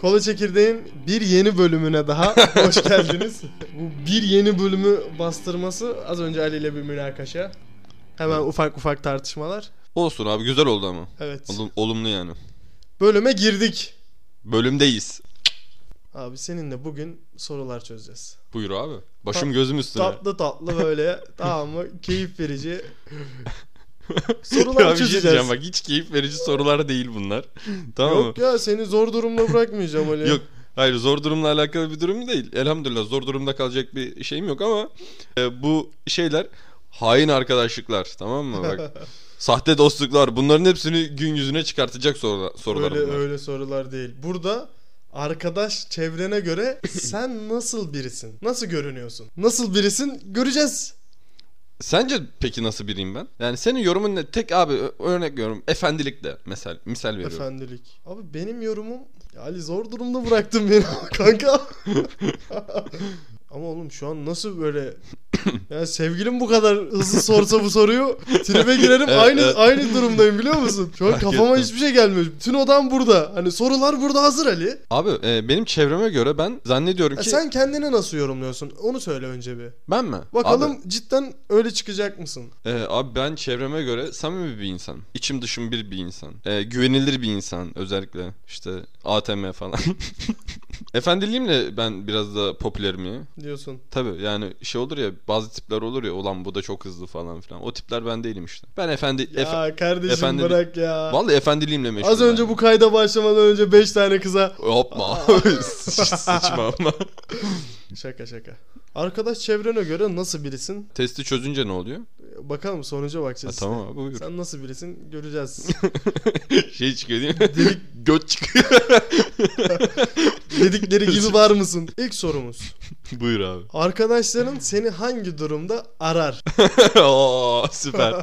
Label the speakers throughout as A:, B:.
A: Kola Çekirdeğin bir yeni bölümüne daha hoş geldiniz. Bu bir yeni bölümü bastırması az önce Ali ile bir münakaşa. Hemen ufak ufak tartışmalar.
B: Olsun abi güzel oldu ama.
A: Evet.
B: Olum- olumlu yani.
A: Bölüme girdik.
B: Bölümdeyiz.
A: Abi seninle bugün sorular çözeceğiz.
B: Buyur abi. Başım gözüm üstüne.
A: Tatlı tatlı böyle tamam mı? Keyif verici.
B: Ya
A: Sorular
B: bir şey
A: çözeceğiz.
B: diyeceğim bak hiç keyif verici sorular değil bunlar. tamam mı?
A: Yok ya seni zor durumda bırakmayacağım Ali.
B: Yok. Hayır zor durumla alakalı bir durum değil. Elhamdülillah zor durumda kalacak bir şeyim yok ama e, bu şeyler hain arkadaşlıklar tamam mı? Bak sahte dostluklar bunların hepsini gün yüzüne çıkartacak sorular, sorular
A: öyle
B: bunlar.
A: öyle sorular değil. Burada arkadaş çevrene göre sen nasıl birisin? Nasıl görünüyorsun? Nasıl birisin? Göreceğiz.
B: Sence peki nasıl biriyim ben? Yani senin yorumun ne? Tek abi ö- örnek yorum efendilikle mesela misal veriyorum.
A: Efendilik. Abi benim yorumum Ya Ali zor durumda bıraktın beni kanka. Ama oğlum şu an nasıl böyle ya sevgilim bu kadar hızlı sorsa bu soruyu tribe girerim
B: Evet,
A: aynı
B: evet.
A: aynı durumdayım biliyor musun? Şu an
B: Fark
A: kafama
B: ettim.
A: hiçbir şey gelmiyor. Bütün odam burada. Hani sorular burada hazır Ali.
B: Abi e, benim çevreme göre ben zannediyorum
A: Ya
B: ki
A: E, sen kendini nasıl yorumluyorsun? Onu söyle önce bir.
B: ben mi?
A: Bakalım
B: Abi,
A: cidden öyle çıkacak mısın?
B: e, abi ben çevreme göre samimi bir insan. İçim dışım bir bir insan. E, güvenilir bir insan özellikle işte ATM falan. Efendiliğimle ben biraz da popülerim ya.
A: diyorsun.
B: Tabii yani şey olur ya bazı tipler olur ya ulan bu da çok hızlı falan filan. O tipler ben değilim işte. Ben efendi...
A: Ya
B: Efe...
A: kardeşim
B: efendim-
A: bırak ya.
B: Vallahi efendiliğimle meşgulüm.
A: Az önce
B: yani.
A: bu kayda başlamadan önce 5 tane kıza
B: Hopma. Sıç- Sıçma ama.
A: şaka şaka. Arkadaş çevrene göre nasıl birisin?
B: Testi çözünce ne oluyor?
A: Bakalım sonuca
B: Ha,
A: bakacağız. işte.
B: tamam abi buyur.
A: Sen nasıl birisin göreceğiz.
B: Şey çıkıyor değil mi? Göt çıkıyor.
A: Dedikleri gibi var mısın? İlk sorumuz.
B: buyur abi.
A: Arkadaşların seni hangi durumda arar?
B: Oo, süper.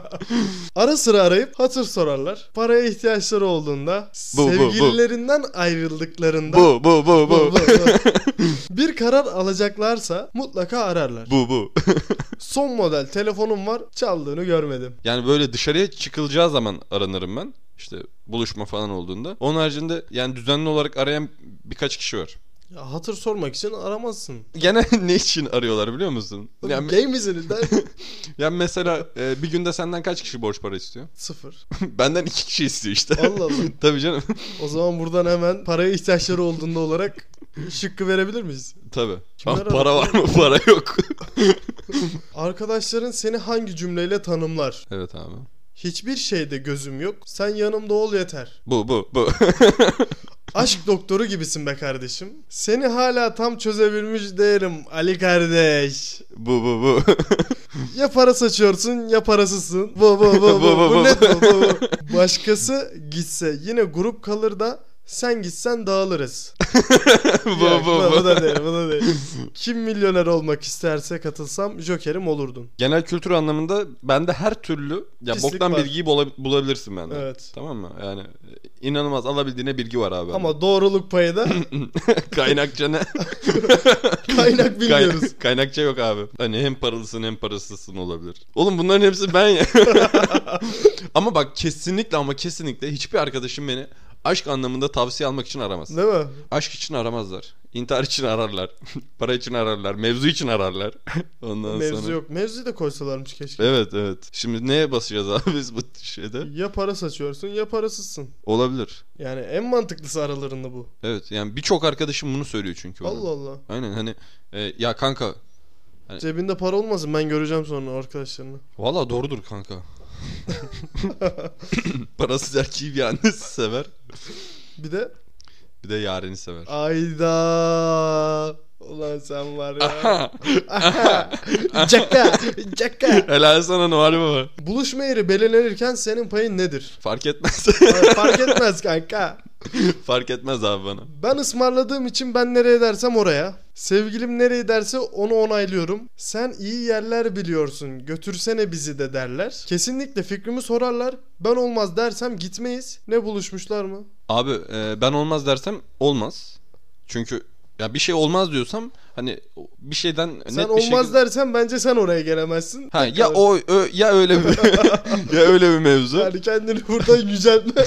A: Ara sıra arayıp hatır sorarlar. Paraya ihtiyaçları olduğunda,
B: Bu, bu, bu.
A: sevgililerinden ayrıldıklarında
B: bu bu bu
A: Bu,
B: bu.
A: bu, bu. bir karar alacaklarsa mutlaka ararlar.
B: Bu bu.
A: Son model telefonum var çaldığını görmedim.
B: Yani böyle dışarıya çıkılacağı zaman aranırım ben. İşte buluşma falan olduğunda. Onun haricinde yani düzenli olarak arayan birkaç kişi var.
A: Ya hatır sormak için aramazsın.
B: Gene ne için arıyorlar biliyor musun?
A: Oğlum,
B: Yani,
A: Gay misin? Der-
B: yani mesela e, bir günde senden kaç kişi borç para istiyor?
A: Sıfır.
B: Benden iki kişi istiyor işte.
A: Allah Allah.
B: Tabii canım.
A: O zaman buradan hemen paraya ihtiyaçları olduğunda olarak şıkkı verebilir miyiz?
B: Tabii.
A: Kimler
B: Ama
A: aradı?
B: para var mı? Para yok.
A: Arkadaşların seni hangi cümleyle tanımlar?
B: evet abi.
A: Hiçbir şeyde gözüm yok. Sen yanımda ol yeter.
B: Bu bu bu.
A: Aşk doktoru gibisin be kardeşim. Seni hala tam çözebilmiş değilim Ali kardeş.
B: bu bu bu.
A: Ya para saçıyorsun ya parasızsın. Bu bu bu bu.
B: Bu, bu,
A: bu,
B: bu.
A: net bu, bu, bu. Başkası gitse yine grup kalır da sen gitsen dağılırız.
B: bu
A: Yok,
B: bu
A: bu
B: bu.
A: da değil, bu da değil. Kim milyoner olmak isterse katılsam Joker'im olurdun.
B: Genel kültür anlamında bende her türlü ya
A: Pislik
B: boktan
A: var.
B: bilgiyi bula- bulabilirsin bende.
A: Evet.
B: Tamam mı? Yani e, inanılmaz alabildiğine bilgi var abi.
A: Ama doğruluk payı da
B: kaynakça ne?
A: kaynak bilmiyoruz.
B: Kay- kaynakça yok abi. Hani hem paralısın hem parasızsın olabilir. Oğlum bunların hepsi ben ya. ama bak kesinlikle ama kesinlikle hiçbir arkadaşım beni aşk anlamında tavsiye almak için aramaz.
A: Değil mi?
B: Aşk için aramazlar. İntihar için ararlar. Para için ararlar. Mevzu için ararlar. Ondan
A: Mevzu
B: sonra...
A: yok. Mevzuyu da koysalarmış keşke.
B: Evet evet. Şimdi neye basacağız abi biz bu şeyde?
A: Ya para saçıyorsun ya parasızsın.
B: Olabilir.
A: Yani en mantıklısı aralarında bu.
B: Evet yani birçok arkadaşım bunu söylüyor çünkü bana.
A: Allah Allah.
B: Aynen hani e, ya kanka
A: Cebinde para olmasın ben göreceğim sonra arkadaşlarını.
B: valla doğrudur kanka. Parasız erkeği bir annesi sever.
A: Bir de
B: Bir de yareni sever.
A: Ayda. Ulan sen var ya.
B: Aha.
A: Caka. Caka.
B: Helal sana Noel Baba.
A: Buluşma yeri belirlenirken senin payın nedir?
B: Fark etmez.
A: Fark etmez kanka.
B: Fark etmez abi bana.
A: Ben ısmarladığım için ben nereye dersem oraya. Sevgilim nereye derse onu onaylıyorum. Sen iyi yerler biliyorsun. Götürsene bizi de derler. Kesinlikle fikrimi sorarlar. Ben olmaz dersem gitmeyiz. Ne buluşmuşlar mı?
B: Abi e, ben olmaz dersem olmaz. Çünkü Ya bir şey olmaz diyorsam hani bir şeyden
A: Sen
B: E, net bir
A: olmaz
B: şekilde-
A: dersen bence sen oraya gelemezsin.
B: Ha,
A: Tekrar-
B: ya o ö- ya öyle bir ya öyle bir mevzu.
A: Yani kendini buradan yüceltme.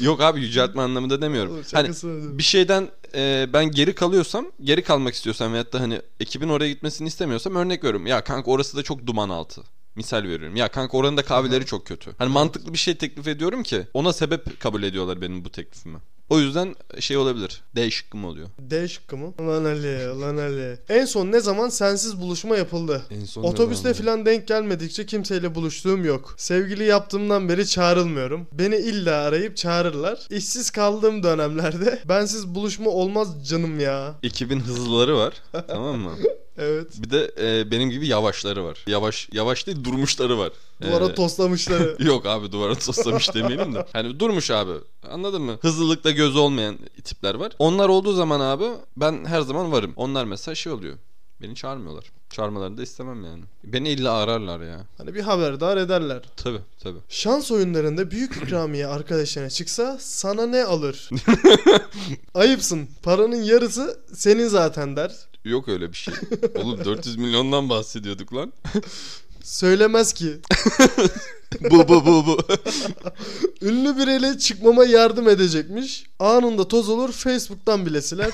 B: Yok abi yüceltme anlamında demiyorum.
A: Oğlum
B: hani
A: şakasına dönüyorum.
B: bir şeyden e, ben geri kalıyorsam, geri kalmak istiyorsam veyahut da hani ekibin oraya gitmesini istemiyorsam örnek veriyorum. Ya kanka orası da çok duman altı. Misal veriyorum. Ya kanka oranın da kahveleri çok kötü. Hani mantıklı bir şey teklif ediyorum ki ona sebep kabul ediyorlar benim bu teklifimi. O yüzden şey olabilir. D şıkkı mı oluyor?
A: D şıkkı mı? Lan Ali, lan Ali. En son ne zaman sensiz buluşma yapıldı?
B: En son
A: Otobüste filan denk gelmedikçe kimseyle buluştuğum yok. Sevgili yaptığımdan beri çağrılmıyorum. Beni illa arayıp çağırırlar. İşsiz kaldığım dönemlerde bensiz buluşma olmaz canım ya.
B: 2000 hızlıları var. tamam mı?
A: Evet.
B: Bir de e, benim gibi yavaşları var. Yavaş yavaş değil durmuşları var.
A: Duvara
B: Ee,
A: toslamışları.
B: Yok abi duvara toslamış demeyelim de. Hani durmuş abi. Anladın mı? Hızlılıkta göz olmayan tipler var. Onlar olduğu zaman abi ben her zaman varım. Onlar mesela şey oluyor. Beni çağırmıyorlar. Çağırmalarını da istemem yani. Beni illa ararlar ya.
A: Hani bir haberdar ederler.
B: Tabi tabi.
A: Şans oyunlarında büyük ikramiye arkadaşlarına çıksa sana ne alır? Ayıpsın. Paranın yarısı senin zaten der.
B: Yok öyle bir şey. Oğlum 400 milyondan bahsediyorduk lan.
A: Söylemez ki.
B: bu bu bu bu.
A: Ünlü biriyle çıkmama yardım edecekmiş. Anında toz olur Facebook'tan bile siler.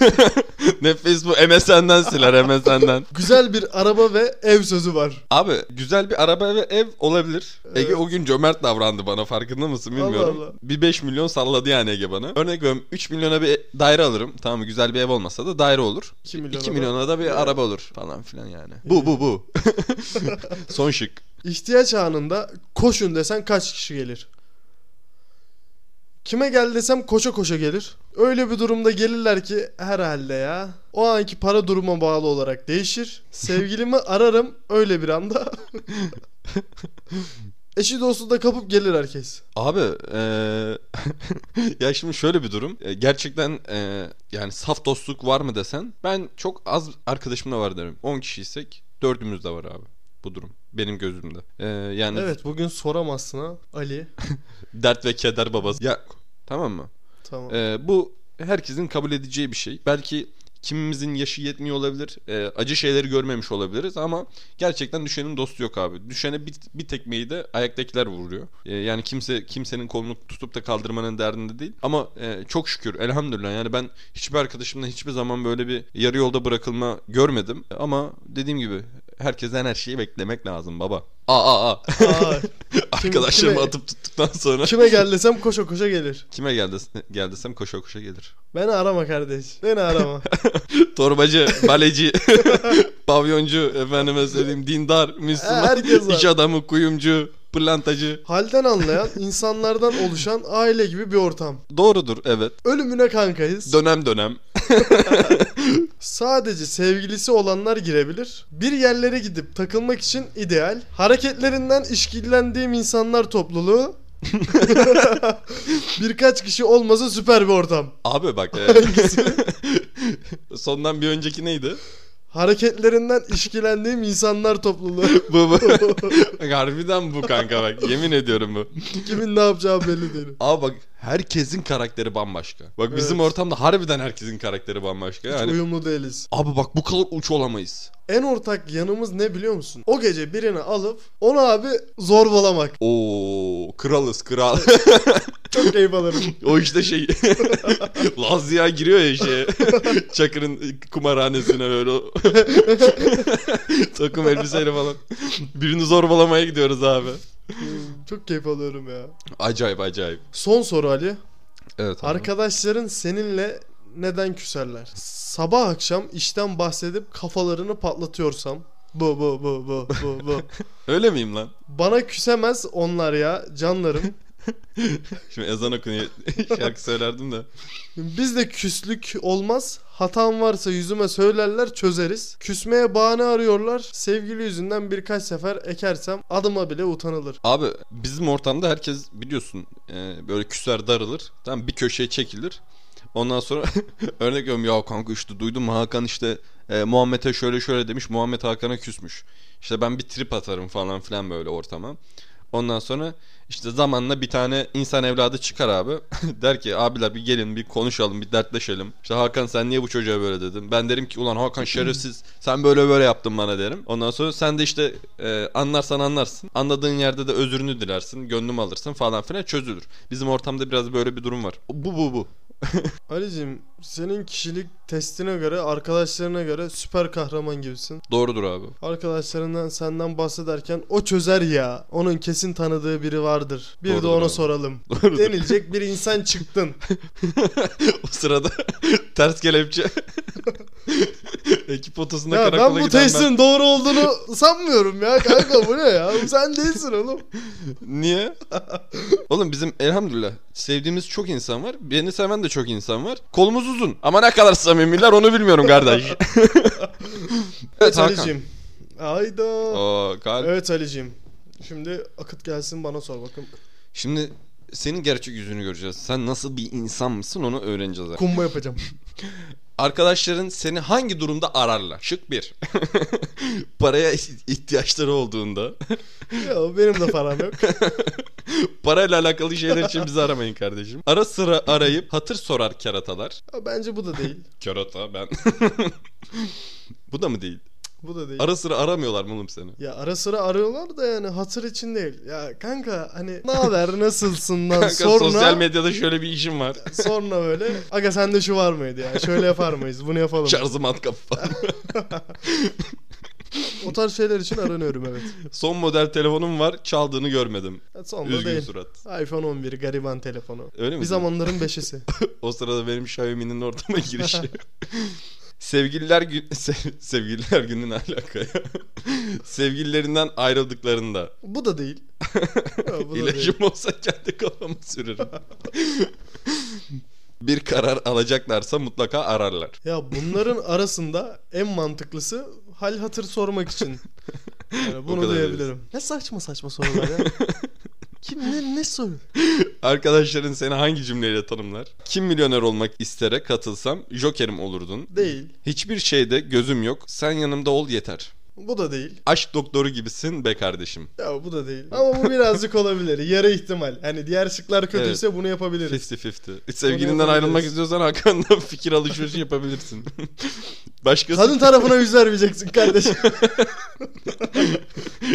B: ne Facebook MSN'den siler MSN'den.
A: Güzel bir araba ve ev sözü var.
B: Abi güzel bir araba ve ev olabilir. Ege
A: Evet.
B: o gün cömert davrandı bana farkında mısın bilmiyorum.
A: Allah Allah.
B: Bir 5 milyon salladı yani Ege bana. Örnek veriyorum 3 milyona bir daire alırım. Tamam mı? güzel bir ev olmasa da daire olur.
A: 2 milyon.
B: 2
A: adam.
B: milyona da bir araba olur falan filan yani. Bu bu bu. Son şık.
A: İhtiyaç anında koşun desen kaç kişi gelir? Kime gel desem koşa koşa gelir. Öyle bir durumda gelirler ki herhalde ya. O anki para duruma bağlı olarak değişir. Sevgilimi ararım öyle bir anda. Eşi dostu da kapıp gelir herkes.
B: Abi eee, ya şimdi şöyle bir durum. E, Gerçekten eee, yani saf dostluk var mı desen ben çok az arkadaşımla var derim. 10 kişiysek dördümüz de var abi bu durum. Benim gözümde. Eee, yani
A: Evet bugün soramazsın ha Ali.
B: Dert ve keder babası. Ya tamam mı?
A: Tamam.
B: Ee, bu herkesin kabul edeceği bir şey. Belki kimimizin yaşı yetmiyor olabilir. Ee, acı şeyleri görmemiş olabiliriz ama gerçekten düşenin dostu yok abi. Düşene bir, bir tekmeyi de ayaktakiler vuruyor. Ee, yani kimse kimsenin kolunu tutup da kaldırmanın derdinde değil. Ama e, çok şükür elhamdülillah yani ben hiçbir arkadaşımla hiçbir zaman böyle bir yarı yolda bırakılma görmedim. Ama dediğim gibi herkesten her şeyi beklemek lazım baba. Aa aa aa.
A: Aa,
B: Arkadaşlarımı
A: kime-
B: atıp tuttuktan sonra
A: kime gel desem koşa koşa gelir.
B: Kime geldi, gel desem koşa koşa gelir.
A: Beni arama kardeş. Beni arama.
B: Torbacı, baleci, pavyoncu, efendime söyleyeyim dindar, Müslüman,
A: Herkes var.
B: iş adamı, kuyumcu, pırlantacı.
A: Halden anlayan, insanlardan oluşan aile gibi bir ortam.
B: Doğrudur evet.
A: Ölümüne kankayız.
B: Dönem dönem.
A: Sadece sevgilisi olanlar girebilir. Bir yerlere gidip takılmak için ideal. Hareketlerinden işkillendiğim insanlar topluluğu. Birkaç kişi olması süper bir ortam.
B: Abi bak. e, Sondan bir önceki neydi?
A: Hareketlerinden işkillendiğim insanlar topluluğu.
B: Bu bu. Bak, Harbiden bu kanka bak. Yemin ediyorum bu.
A: Kimin ne yapacağı belli değil.
B: Abi bak herkesin karakteri bambaşka. Bak bizim
A: Evet.
B: ortamda harbiden herkesin karakteri bambaşka.
A: Hiç
B: Yani
A: uyumlu değiliz.
B: abi bak bu kadar uç olamayız.
A: En ortak yanımız ne biliyor musun? O gece birini alıp onu abi zorbalamak.
B: Oo kralız kral.
A: Çok keyif alırım.
B: O işte şey. Laz Ziya giriyor ya şeye. Çakır'ın kumarhanesine böyle. o- Takım elbiseyle falan. Birini zorbalamaya gidiyoruz abi.
A: Çok keyif alıyorum ya.
B: Acayip acayip.
A: Son soru Ali.
B: Evet. abi.
A: Arkadaşların seninle neden küserler? Sabah akşam işten bahsedip kafalarını patlatıyorsam bu bu bu bu bu bu.
B: Öyle miyim lan?
A: Bana küsemez onlar ya canlarım.
B: Şimdi ezan okunuyor. Şarkı söylerdim de.
A: Bizde küslük olmaz. Hatam varsa yüzüme söylerler çözeriz. Küsmeye bahane arıyorlar. Sevgili yüzünden birkaç sefer ekersem adıma bile utanılır.
B: Abi bizim ortamda herkes biliyorsun e, böyle küser darılır. Tamam bir köşeye çekilir. Ondan sonra örnek veriyorum ya kanka işte duydum mu Hakan işte e, Muhammed'e şöyle şöyle demiş Muhammed Hakan'a küsmüş. İşte ben bir trip atarım falan filan böyle ortama. Ondan sonra işte zamanla bir tane insan evladı çıkar abi. Der ki abiler bir gelin bir konuşalım bir dertleşelim. İşte Hakan sen niye bu çocuğa böyle dedin? Ben derim ki ulan Hakan şerefsiz sen böyle böyle yaptın bana derim. Ondan sonra sen de işte e, anlarsan anlarsın. Anladığın yerde de özrünü dilersin. Gönlüm alırsın falan filan çözülür. Bizim ortamda biraz böyle bir durum var. Bu bu bu.
A: Ali'cim senin kişilik testine göre arkadaşlarına göre süper kahraman gibisin.
B: Doğrudur abi.
A: Arkadaşlarından senden bahsederken o çözer ya. Onun kesin tanıdığı biri vardır. Bir de
B: Doğrudur
A: ona
B: abi.
A: soralım.
B: Doğrudur.
A: Denilecek bir insan çıktın.
B: o sırada ters kelepçe. Ekip otosunda
A: ya
B: karakola
A: ben bu
B: giden
A: testin doğru olduğunu sanmıyorum ya kanka bu ne ya? Sen değilsin oğlum.
B: Niye? Oğlum bizim elhamdülillah sevdiğimiz çok insan var. Beni seven de çok insan var. Kolumuz uzun ama ne kadar samimiler onu bilmiyorum kardeş.
A: Evet
B: evet Hakan.
A: Ali'cim. Hayda.
B: Oo, kalp.
A: Evet Ali'cim. Şimdi akıt gelsin bana sor bakın.
B: Şimdi senin gerçek yüzünü göreceğiz. Sen nasıl bir insan mısın onu öğreneceğiz. artık.
A: Kumba yapacağım.
B: Arkadaşların seni hangi durumda ararlar? Şık bir. Paraya ihtiyaçları olduğunda.
A: ya benim de param yok.
B: Parayla alakalı şeyler için bizi aramayın kardeşim. Ara sıra arayıp hatır sorar keratalar.
A: Ya bence bu da değil.
B: Kerata ben. Bu da mı değil?
A: Bu da değil.
B: Ara sıra aramıyorlar mı oğlum seni?
A: Ya ara sıra arıyorlar da yani hatır için değil. Ya kanka hani ne haber nasılsından
B: Kanka
A: sonra
B: sosyal medyada şöyle bir işim var.
A: sonra böyle aga sende şu var mıydı ya şöyle yapar mıyız bunu yapalım.
B: Şarjım matkap falan.
A: o tarz şeyler için aranıyorum evet.
B: Son model telefonum var çaldığını görmedim.
A: Ya Son da
B: Üzgün
A: değil.
B: surat.
A: iPhone 11 gariban telefonu.
B: Öyle mi?
A: Bir zamanların beşisi.
B: O sırada benim Xiaomi'nin ortama girişi. Sevgililer gün se- sevgililer günün alakaya. Sevgililerinden ayrıldıklarında
A: Bu da değil. Ya, bu da değil.
B: İlacım olsa kendi kafamı sürürüm. bir karar alacaklarsa mutlaka ararlar.
A: Ya bunların arasında en mantıklısı hal hatır sormak için. Yani bunu
B: kadar
A: diyebilirim. Ne saçma saçma sorular ya. Kim ne, ne soru?
B: Arkadaşların seni hangi cümleyle tanımlar? Kim milyoner olmak istere katılsam jokerim olurdun.
A: Değil.
B: Hiçbir şeyde gözüm yok. Sen yanımda ol yeter.
A: Bu da değil.
B: Aşk doktoru gibisin be kardeşim.
A: Ya bu da değil. Ama bu birazcık olabilir. Yarı ihtimal. Hani diğer şıklar kötüyse bunu yapabiliriz.
B: Fifty fifty. Sevgilinden
A: yapabiliriz.
B: ayrılmak istiyorsan Hakan'dan fikir alışverişi yapabilirsin. Başkası
A: Kadın tarafına yüz vermeyeceksin kardeşim.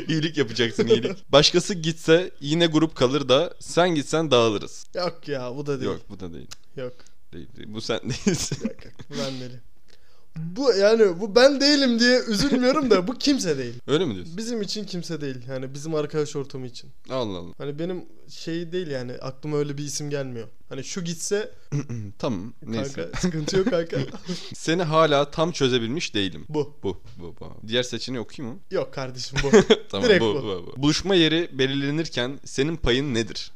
B: iyilik yapacaksın iyilik. Başkası gitse yine grup kalır da sen gitsen dağılırız.
A: yok ya bu da değil. Yok.
B: Yok bu da değil.
A: Yok.
B: Değil, değil. Bu sen değilsin.
A: yok, yok. Bu ben değilim. Bu yani bu ben değilim diye üzülmüyorum da bu kimse değil.
B: Öyle mi diyorsun?
A: Bizim için kimse değil. Yani bizim arkadaş ortamı için.
B: Allah Allah.
A: Hani benim şey değil yani aklıma öyle bir isim gelmiyor. Hani şu gitse
B: Tamam. Neyse.
A: kanka sıkıntı yok kanka.
B: Seni hala tam çözebilmiş değilim.
A: bu.
B: Bu, bu, bu. Diğer seçeneği okuyayım mı?
A: Yok kardeşim bu.
B: Tamam
A: Direkt
B: bu,
A: bu.
B: bu. bu. Buluşma yeri belirlenirken senin payın nedir?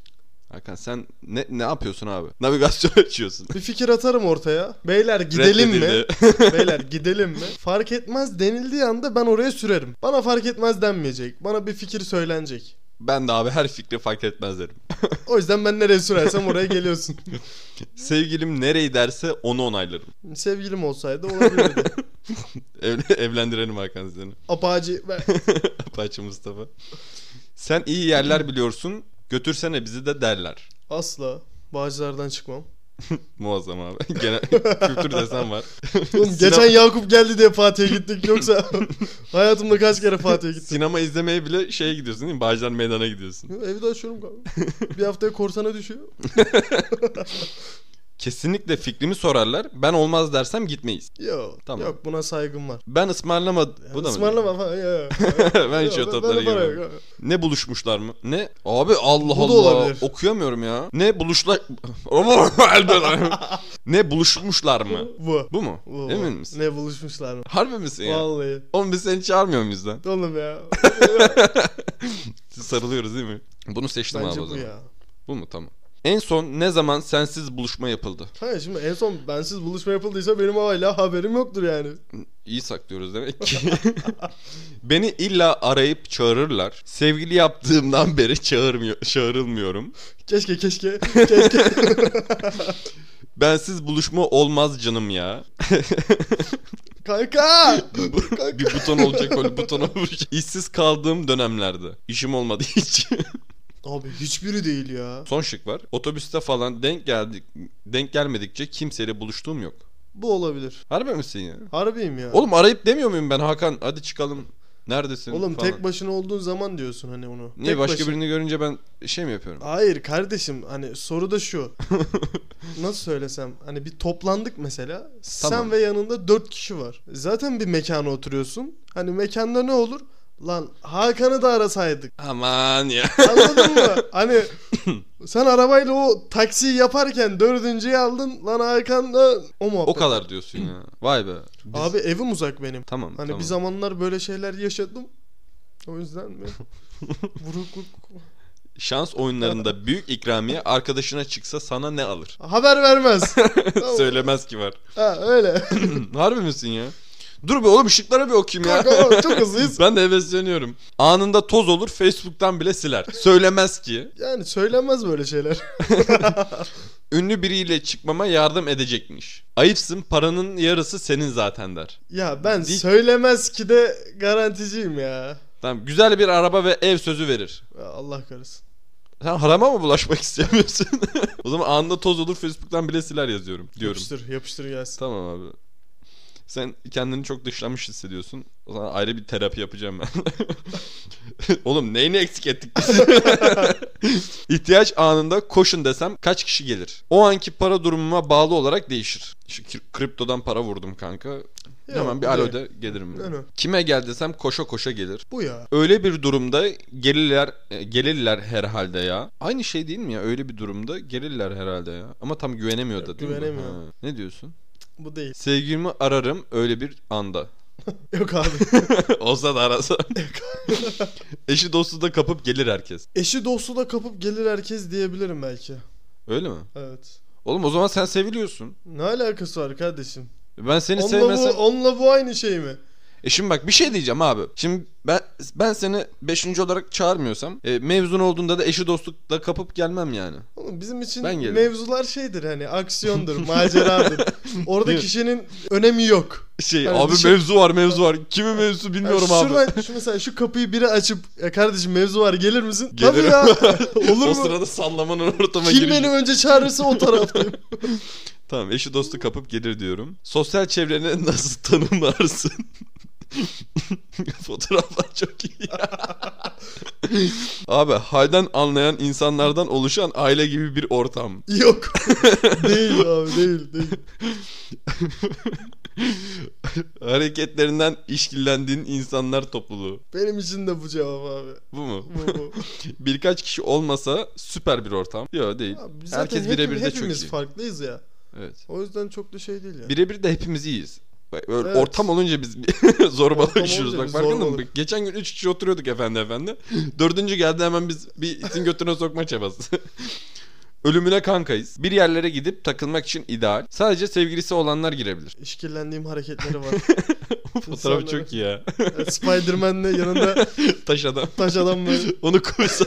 B: Hakan sen ne, ne yapıyorsun abi? Navigasyon açıyorsun.
A: bir fikir atarım ortaya. Beyler gidelim mi?
B: Reddedildi.
A: Beyler gidelim mi? Fark etmez denildiği anda ben oraya sürerim. Bana fark etmez denmeyecek. Bana bir fikir söylenecek.
B: Ben de abi her fikri fark etmez derim.
A: O yüzden ben nereye sürersem oraya geliyorsun.
B: Sevgilim nereyi derse onu onaylarım.
A: Sevgilim olsaydı olabilirdi.
B: Ev- evlendirelim Hakan seni.
A: Apacı ben-
B: Apache Mustafa. Sen iyi yerler biliyorsun. Götürsene bizi de derler.
A: asla bağcılardan çıkmam.
B: Muazzam abi. Genel kültür desen var.
A: Oğlum
B: Sinema-
A: geçen Yakup geldi diye Fatih'e gittik yoksa hayatımda kaç kere Fatih'e gittim.
B: Sinema izlemeye bile şeye gidiyorsun değil mi? Bağcılar Meydan'a gidiyorsun.
A: Yo, Evde açıyorum kanka. bir haftaya korsana düşüyor.
B: Kesinlikle fikrimi sorarlar. Ben olmaz dersem gitmeyiz.
A: Yok.
B: Tamam.
A: Yok buna saygım var.
B: Ben ısmarlamadım.
A: Yani
B: Bu da mı?
A: ısmarlama falan. ya, ya.
B: ben hiç
A: Ya,
B: o
A: ben-
B: tatlara
A: bana para
B: girmem.
A: yok.
B: Ne buluşmuşlar mı? Ne? Abi Allah
A: Bu da
B: Allah.
A: olabilir.
B: Okuyamıyorum ya. Ne buluşla... ne buluşmuşlar mı?
A: Bu.
B: Bu mu?
A: Bu.
B: Emin misin?
A: Ne buluşmuşlar mı?
B: Harbi misin ya?
A: Vallahi.
B: Oğlum biz seni çağırmıyor muyuz lan?
A: Oğlum ya.
B: Sarılıyoruz değil mi? Bunu seçtim abi
A: Bence
B: o
A: bu
B: zaman.
A: ya.
B: Bu mu? Tamam. En son ne zaman sensiz buluşma yapıldı?
A: Hayır şimdi en son bensiz buluşma yapıldıysa benim hala haberim yoktur yani.
B: İyi saklıyoruz demek ki. Beni illa arayıp çağırırlar. Sevgili yaptığımdan beri çağırmıyor, çağrılmıyorum.
A: Keşke keşke keşke.
B: Bensiz buluşma olmaz canım ya.
A: Kanka!
B: bir buton olacak öyle butona vuracak. İşsiz kaldığım dönemlerde. İşim olmadı hiç.
A: Abi hiçbiri değil ya.
B: Son şık var. Otobüste falan denk geldik denk gelmedikçe kimseyle buluştuğum yok.
A: Bu olabilir.
B: Harbi misin ya?
A: Harbiyim ya.
B: Oğlum arayıp demiyor muyum ben Hakan hadi çıkalım neredesin
A: Oğlum
B: falan.
A: tek başına olduğun zaman diyorsun hani onu.
B: Niye
A: tek
B: başka
A: başına-
B: birini görünce ben şey mi yapıyorum?
A: Hayır kardeşim hani soru da şu. Nasıl söylesem hani bir toplandık mesela.
B: Tamam.
A: Sen ve yanında 4 kişi var. Zaten bir mekana oturuyorsun. Hani mekanda ne olur? Lan Hakan'ı da arasaydık.
B: Aman ya.
A: Anladın mı? Hani sen arabayla o taksiyi yaparken dördüncüyü aldın. Lan Hakan da o muhabbet.
B: o kadar diyorsun ya. Vay be. Biz-
A: Abi evim uzak benim.
B: tamam
A: Hani
B: tamam.
A: bir zamanlar böyle şeyler yaşadım. O yüzden mi? Burukluk.
B: Şans oyunlarında büyük ikramiye arkadaşına çıksa sana ne alır?
A: Haber vermez. Tamam.
B: Söylemez ki var.
A: Ha öyle.
B: Harbi misin ya? Dur be oğlum ışıklara bir okuyayım ya.
A: Kanka oğlum çok hızlıyız.
B: ben de hevesleniyorum. Anında toz olur Facebook'tan bile siler. Söylemez ki.
A: Yani söylenmez böyle şeyler.
B: Ünlü biriyle çıkmama yardım edecekmiş. Ayıpsın paranın yarısı senin zaten der.
A: Ya ben
B: Dik-
A: söylemez ki de garanticiyim ya.
B: Tamam güzel bir araba ve ev sözü verir.
A: Ya Allah kahretsin.
B: Sen harama mı bulaşmak istemiyorsun? o zaman anında toz olur Facebook'tan bile siler yazıyorum diyorum.
A: Yapıştır yapıştır gelsin.
B: Tamam abi. Sen kendini çok dışlanmış hissediyorsun. O zaman ayrı bir terapi yapacağım ben. Oğlum neyini eksik ettik biz? İhtiyaç anında koşun desem kaç kişi gelir? O anki para durumuma bağlı olarak değişir. Şu kri- kriptodan para vurdum kanka.
A: Yok,
B: Hemen bir
A: bu
B: alo
A: değil.
B: de gelirim. yani.
A: Alo.
B: Kime gel desem koşa koşa gelir.
A: Bu ya.
B: Öyle bir durumda gelirler e, gelirler herhalde ya. Aynı şey değil mi ya? Öyle bir durumda gelirler herhalde ya. Ama tam güvenemiyor da değil mi?
A: güvenemiyor.
B: Ha. Ne diyorsun?
A: Bu değil.
B: Sevgilimi ararım öyle bir anda.
A: Yok abi.
B: Olsa da arasa. Eşi dostu da kapıp gelir herkes.
A: Eşi dostu da kapıp gelir herkes diyebilirim belki.
B: Öyle mi?
A: Evet.
B: Oğlum o zaman sen seviliyorsun.
A: Ne alakası var kardeşim?
B: Ben seni
A: Onunla bu,
B: sevmesem...
A: onunla bu aynı şey mi?
B: E şimdi bak bir şey diyeceğim abi. Şimdi ben ben seni 5. olarak çağırmıyorsam e, mevzun olduğunda da eşi dostu da kapıp gelmem yani.
A: Oğlum bizim için
B: Ben gelirim.
A: mevzular şeydir hani aksiyondur, maceradır. Orada
B: Değil mi?
A: kişinin önemi yok.
B: Şey
A: Yani
B: abi
A: dışı-
B: mevzu var mevzu var. Kimi mevzu
A: Yani
B: bilmiyorum abi.
A: şuradan- şu mesela şu kapıyı biri açıp ya kardeşim mevzu var gelir misin? Tabii
B: Gelirim.
A: ya. Olur
B: o
A: mu?
B: sırada sallamanın ortama
A: Kim
B: girince-
A: beni önce çağırırsa o taraftayım.
B: Tamam eşi dostu kapıp gelir diyorum. Sosyal çevreni nasıl tanımlarsın? Fotoğraflar çok iyi. Abi halden anlayan insanlardan oluşan aile gibi bir ortam.
A: Yok. değil abi değil değil.
B: Hareketlerinden işkillendiğin insanlar topluluğu.
A: Benim için de bu cevap abi.
B: Bu mu?
A: Bu, bu.
B: Birkaç kişi olmasa süper bir ortam. Yok değil.
A: Abi biz zaten
B: Herkes
A: hep-
B: birebir de çok
A: hepimiz
B: iyi.
A: farklıyız ya.
B: Evet.
A: O yüzden çok da şey değil ya.
B: Birebir de hepimiz iyiyiz. Bak, Böyle
A: Evet.
B: Ortam olunca biz zorbalaşıyoruz.
A: olunca
B: Bak
A: biz
B: farkında mısın?
A: zorbalık.
B: Bak, Geçen gün 3 kişi oturuyorduk efendi efendi. Dördüncü geldi hemen biz bir itin götüne sokma çabası. Ölümüne kankayız. Bir yerlere gidip takılmak için ideal. Sadece sevgilisi olanlar girebilir.
A: İşkillendiğim hareketleri var.
B: Bu fotoğraf
A: İnsanlara-
B: çok iyi ya.
A: Yani Spider-Man'le yanında
B: Taş adam.
A: taş adam böyle.
B: Onu koysa.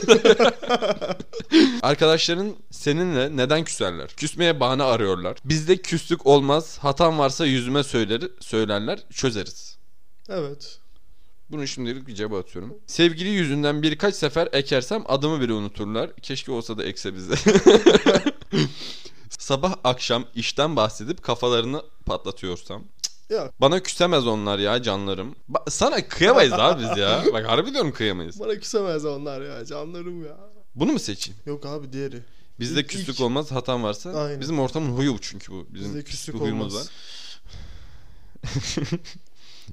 B: Arkadaşların seninle neden küserler? Küsmeye bahane arıyorlar. Bizde küslük olmaz. Hatam varsa yüzüme söyler, söylerler. Çözeriz.
A: Evet.
B: Bunu şimdilik bir cebe atıyorum. Sevgili yüzünden birkaç sefer ekersem adımı bile unuturlar. Keşke olsa da ekse bize. Sabah akşam işten bahsedip kafalarını patlatıyorsam. Cık.
A: Yok.
B: Bana küsemez onlar ya canlarım. Ba- sana kıyamayız abi biz ya. Bak harbi diyorum kıyamayız.
A: Bana küsemez onlar ya canlarım ya.
B: Bunu mu seçeyim?
A: Yok abi diğeri.
B: Bizde
A: İlk-
B: küslük
A: ilk.
B: olmaz hatam varsa.
A: Aynen.
B: Bizim ortamın huyu bu çünkü bu. Bizim
A: Bizde
B: küslük,
A: küslük
B: huyumuz
A: olmaz.
B: var.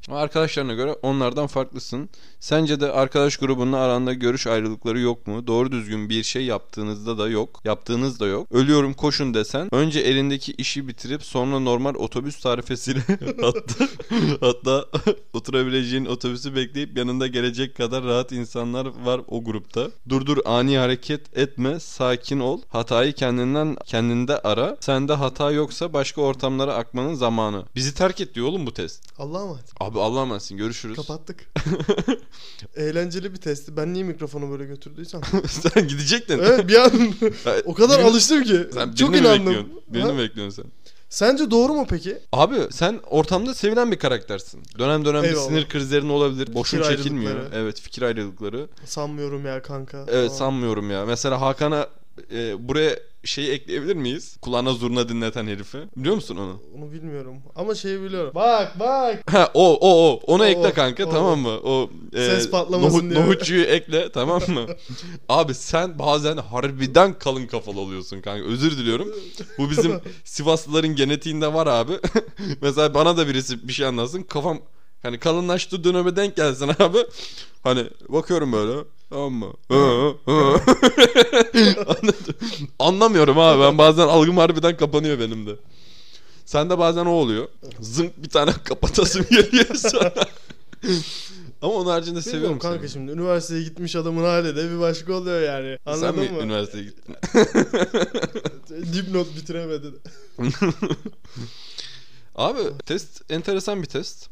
B: Ama Arkadaşlarına göre onlardan farklısın. Sence de arkadaş grubunun aranda görüş ayrılıkları yok mu? Doğru düzgün bir şey yaptığınızda da yok. Yaptığınız da yok. Ölüyorum koşun desen önce elindeki işi bitirip sonra normal otobüs tarifesiyle hatta, hatta oturabileceğin otobüsü bekleyip yanında gelecek kadar rahat insanlar var o grupta. Durdur ani hareket etme sakin ol. Hatayı kendinden kendinde ara. Sende hata yoksa başka ortamlara akmanın zamanı. Bizi terk et diyor oğlum bu test.
A: Allah'a emanet.
B: Abi Allah'a emanetsin görüşürüz.
A: Kapattık. Eğlenceli bir testti. Ben niye mikrofonu böyle götürdüysem.
B: sen gidecektin.
A: evet bir an
B: Ha,
A: o kadar
B: birini-
A: alıştım ki.
B: Sen
A: Çok
B: birini mi
A: inandım.
B: bekliyorsun? Birini
A: Ha?
B: mi bekliyorsun sen?
A: Sence doğru mu peki?
B: Abi sen ortamda sevilen bir karaktersin. Dönem dönem bir
A: Eyvallah.
B: sinir krizlerin olabilir. Boşun
A: Fikir
B: çekilmiyor.
A: ayrılıkları.
B: Evet fikir ayrılıkları.
A: Sanmıyorum ya kanka.
B: Evet
A: Falan.
B: sanmıyorum ya. Mesela Hakan'a e, buraya şeyi ekleyebilir miyiz? Kulağına zurna dinleten herifi. Biliyor musun onu?
A: Onu bilmiyorum. Ama şeyi biliyorum. Bak bak.
B: Ha o o o. Ona
A: O,
B: ekle kanka
A: o.
B: tamam mı? O e,
A: Ses patlamasın diye.
B: Nohutçuyu ekle tamam mı? Abi sen bazen harbiden kalın kafalı oluyorsun kanka. Özür diliyorum. Bu bizim Sivaslıların genetiğinde var abi. Mesela bana da birisi bir şey anlatsın. Kafam hani kalınlaştığı döneme denk gelsin abi. Hani bakıyorum böyle. Tamam mı? Hı, hı. Anladın- Anlamıyorum abi. Ben bazen algım harbiden kapanıyor benim de. Sende bazen o oluyor. Zınk bir tane kapatasım geliyor sonra. Ama onun haricinde seviyorum
A: Bilmiyorum kanka
B: seni.
A: şimdi üniversiteye gitmiş adamın hali de bir başka oluyor yani. Anladın
B: Sen mi
A: mı?
B: üniversiteye gittin?
A: Dipnot bitiremedi.
B: Abi test enteresan bir test.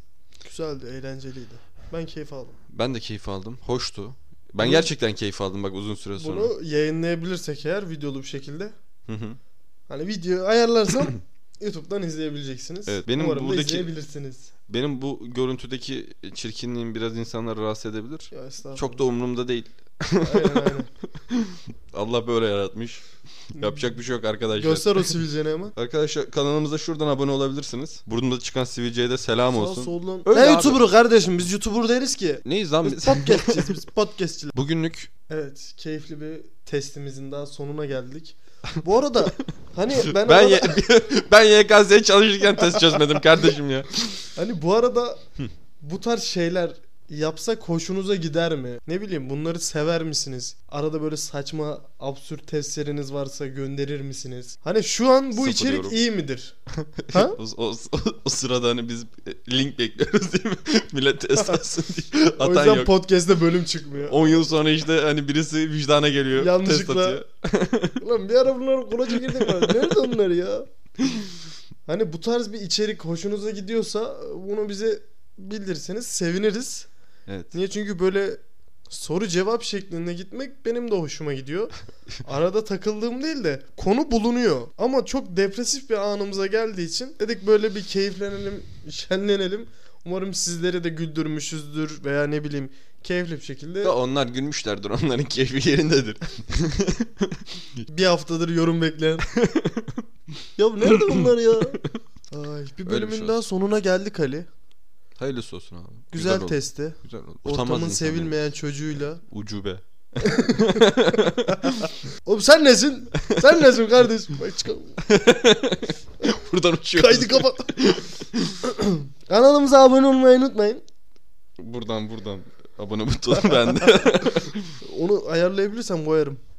A: Güzeldi, eğlenceliydi. Ben keyif aldım.
B: Ben de keyif aldım. Hoştu. Ben
A: Bunu-
B: gerçekten keyif aldım bak uzun süre sonra.
A: Bunu yayınlayabilirsek eğer videolu bir şekilde.
B: Hı hı.
A: Hani video ayarlarsam YouTube'dan izleyebileceksiniz.
B: Evet, benim
A: Umarım da
B: buradaki-
A: izleyebilirsiniz.
B: Benim bu görüntüdeki çirkinliğim biraz insanları rahatsız edebilir.
A: Ya estağfurullah.
B: Çok da umurumda değil.
A: Aynen, aynen.
B: Allah böyle yaratmış. Yapacak bir şey yok arkadaşlar.
A: Göster o sivilceni hemen.
B: Arkadaşlar kanalımıza şuradan abone olabilirsiniz. Burnumda çıkan sivilceye de selam
A: Sağ
B: olsun.
A: soldan.
B: Öyle
A: ne
B: abi.
A: YouTuber'ı kardeşim biz YouTuber değiliz ki.
B: Neyiz lan
A: Biz
B: biz?
A: podcastçiyiz biz podcastçiler.
B: Bugünlük
A: Evet keyifli bir testimizin daha sonuna geldik. Bu arada hani ben, arada-
B: ben Y- ben YKS'ye çalışırken test çözmedim kardeşim ya.
A: hani bu arada bu tarz şeyler yapsak hoşunuza gider mi? Ne bileyim bunları sever misiniz? Arada böyle saçma absürt testleriniz varsa gönderir misiniz? Hani şu an bu
B: Sıfır
A: içerik
B: yorum.
A: iyi midir? Ha?
B: O, o, o sırada hani biz link bekliyoruz değil mi? Millet test alsın diye.
A: o
B: Atan
A: yüzden
B: yok.
A: podcast'te bölüm çıkmıyor.
B: 10 yıl sonra işte hani birisi vicdana geliyor.
A: Yanlışlıkla.
B: Test atıyor.
A: Ulan bir ara bunları kulaca girdik var. Nerede onlar ya? Hani bu tarz bir içerik hoşunuza gidiyorsa bunu bize bildirseniz seviniriz.
B: Evet.
A: Niye? Çünkü böyle soru cevap şeklinde gitmek benim de hoşuma gidiyor. Arada takıldığım değil de konu bulunuyor. Ama çok depresif bir anımıza geldiği için dedik böyle bir keyiflenelim, şenlenelim. Umarım sizleri de güldürmüşüzdür veya ne bileyim keyifli bir şekilde
B: Ya onlar gülmüşlerdir. Onların keyfi yerindedir.
A: Bir haftadır yorum bekleyen. ya nerede bunlar ya? Ay, bir bölümün
B: şey
A: daha sonuna geldik Ali.
B: Hayırlısı olsun abi.
A: Güzel,
B: oldu,
A: testi.
B: Güzel oldu. Utanmaz
A: Ortamın
B: insan yani.
A: sevilmeyen çocuğuyla.
B: Ucube.
A: Oğlum sen nesin? Sen nesin kardeşim? Bak çıkalım.
B: Buradan uçuyoruz.
A: Kaydı kapat. Kanalımıza abone olmayı unutmayın.
B: Buradan buradan. Abone butonu bende.
A: Onu ayarlayabilirsem koyarım.